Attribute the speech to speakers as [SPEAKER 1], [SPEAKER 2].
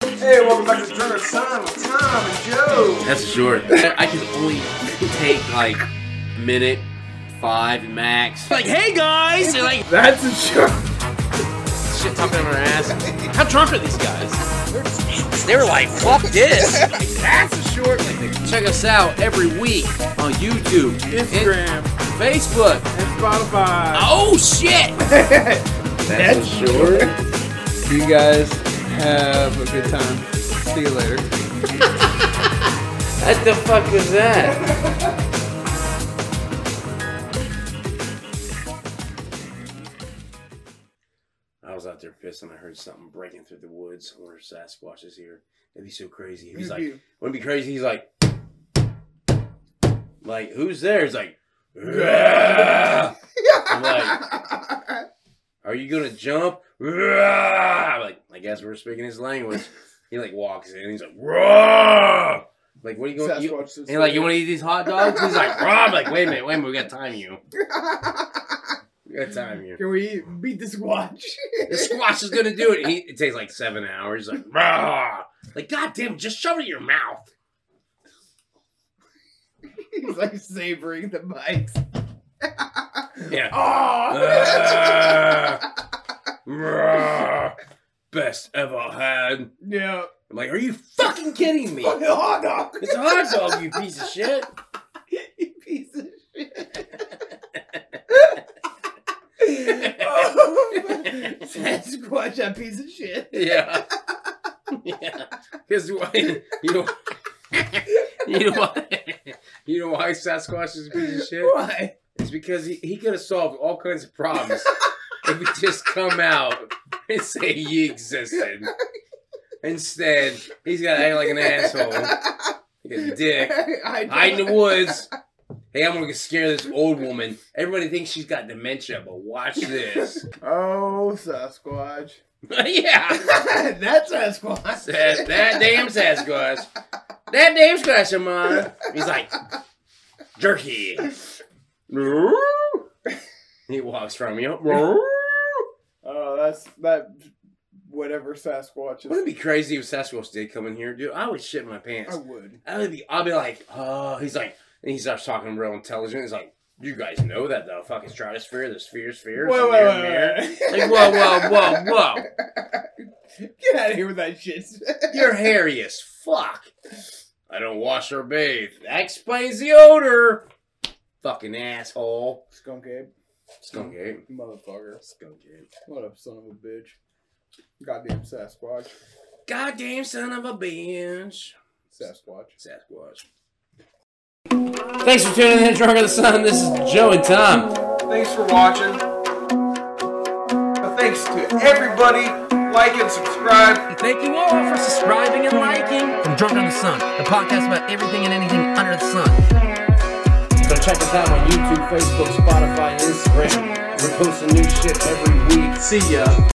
[SPEAKER 1] Hey, welcome back to Drunner Son with Tom and Joe.
[SPEAKER 2] That's short. I can only take like a minute, five max. Like, hey guys! They're like
[SPEAKER 3] That's a joke.
[SPEAKER 2] shit talking on our ass. How drunk are these guys?
[SPEAKER 4] They were like, fuck this.
[SPEAKER 3] That's a short.
[SPEAKER 2] Check us out every week on YouTube,
[SPEAKER 3] Instagram
[SPEAKER 2] Facebook.
[SPEAKER 3] and Spotify.
[SPEAKER 2] Oh shit!
[SPEAKER 3] That's short. You guys have a good time. See you later.
[SPEAKER 2] What the fuck was that? I was out there pissing. I heard something breaking through the woods. I wonder if Sasquatch is here. It'd be so crazy. He was like, wouldn't it be crazy. He's like, like who's there? He's like, "Rah!" I'm like, are you gonna jump? Rah! I'm like, I guess we're speaking his language. He like walks in. He's like, Rah! like what are you going? You,
[SPEAKER 1] Sasquatch is
[SPEAKER 2] and like, you want to eat these hot dogs? He's like, Rob, like, wait a minute, wait a minute, we got to time you. We got to time you.
[SPEAKER 3] Can we beat this watch?
[SPEAKER 2] The squash is gonna do it. He, it takes like seven hours. He's like, Rah! like, goddamn, just shove it in your mouth.
[SPEAKER 3] He's like savoring the mics.
[SPEAKER 2] Yeah.
[SPEAKER 3] Oh,
[SPEAKER 2] Ah! Rah! Best ever had.
[SPEAKER 3] yeah.
[SPEAKER 2] I'm like, are you fucking kidding me?
[SPEAKER 3] Fucking hot dog.
[SPEAKER 2] It's a hot dog, you piece of shit.
[SPEAKER 3] You piece of shit. Squatch that piece of shit.
[SPEAKER 2] Yeah. Yeah. Because you know you know why you know why Sasquatch is a piece of shit?
[SPEAKER 3] Why?
[SPEAKER 2] It's because he, he could have solved all kinds of problems if he just come out and say he existed. Instead, he's got to act like an asshole, like a dick,
[SPEAKER 3] I,
[SPEAKER 2] hide in the woods. Hey, I'm gonna scare this old woman. Everybody thinks she's got dementia, but watch this.
[SPEAKER 3] Oh, Sasquatch.
[SPEAKER 2] yeah.
[SPEAKER 3] That's Sasquatch.
[SPEAKER 2] Says that damn Sasquatch. That damn Sasquatch of mine. He's like, jerky. He walks from you.
[SPEAKER 3] Oh, that's that. Whatever Sasquatch
[SPEAKER 2] Wouldn't it
[SPEAKER 3] is.
[SPEAKER 2] be crazy if Sasquatch did come in here, dude? I would shit my
[SPEAKER 3] I
[SPEAKER 2] pants.
[SPEAKER 3] would.
[SPEAKER 2] I would be, I'd be like, oh, he's like, and he starts talking real intelligent. He's like, you guys know that the fucking stratosphere, the sphere, sphere,
[SPEAKER 3] Whoa, whoa,
[SPEAKER 2] mirror,
[SPEAKER 3] whoa,
[SPEAKER 2] mirror.
[SPEAKER 3] whoa.
[SPEAKER 2] Like, whoa, whoa, whoa, whoa.
[SPEAKER 3] Get out of here with that shit.
[SPEAKER 2] You're hairy as fuck. I don't wash or bathe. That explains the odor. Fucking asshole.
[SPEAKER 3] Skunk Abe.
[SPEAKER 2] Skunk ape.
[SPEAKER 3] Motherfucker.
[SPEAKER 2] Skunk ape.
[SPEAKER 3] What up, son of a bitch? Goddamn Sasquatch.
[SPEAKER 2] Goddamn son of a bitch.
[SPEAKER 3] Sasquatch.
[SPEAKER 2] Sasquatch. Thanks for tuning in, Drunk of the Sun. This is Joe and Tom.
[SPEAKER 1] Thanks for watching. Thanks to everybody. Like and subscribe.
[SPEAKER 2] Thank you all for subscribing and liking.
[SPEAKER 4] From Drunk on the Sun, the podcast about everything and anything under the sun.
[SPEAKER 2] So check us out on YouTube, Facebook, Spotify, and Instagram. We're posting new shit every week. See ya.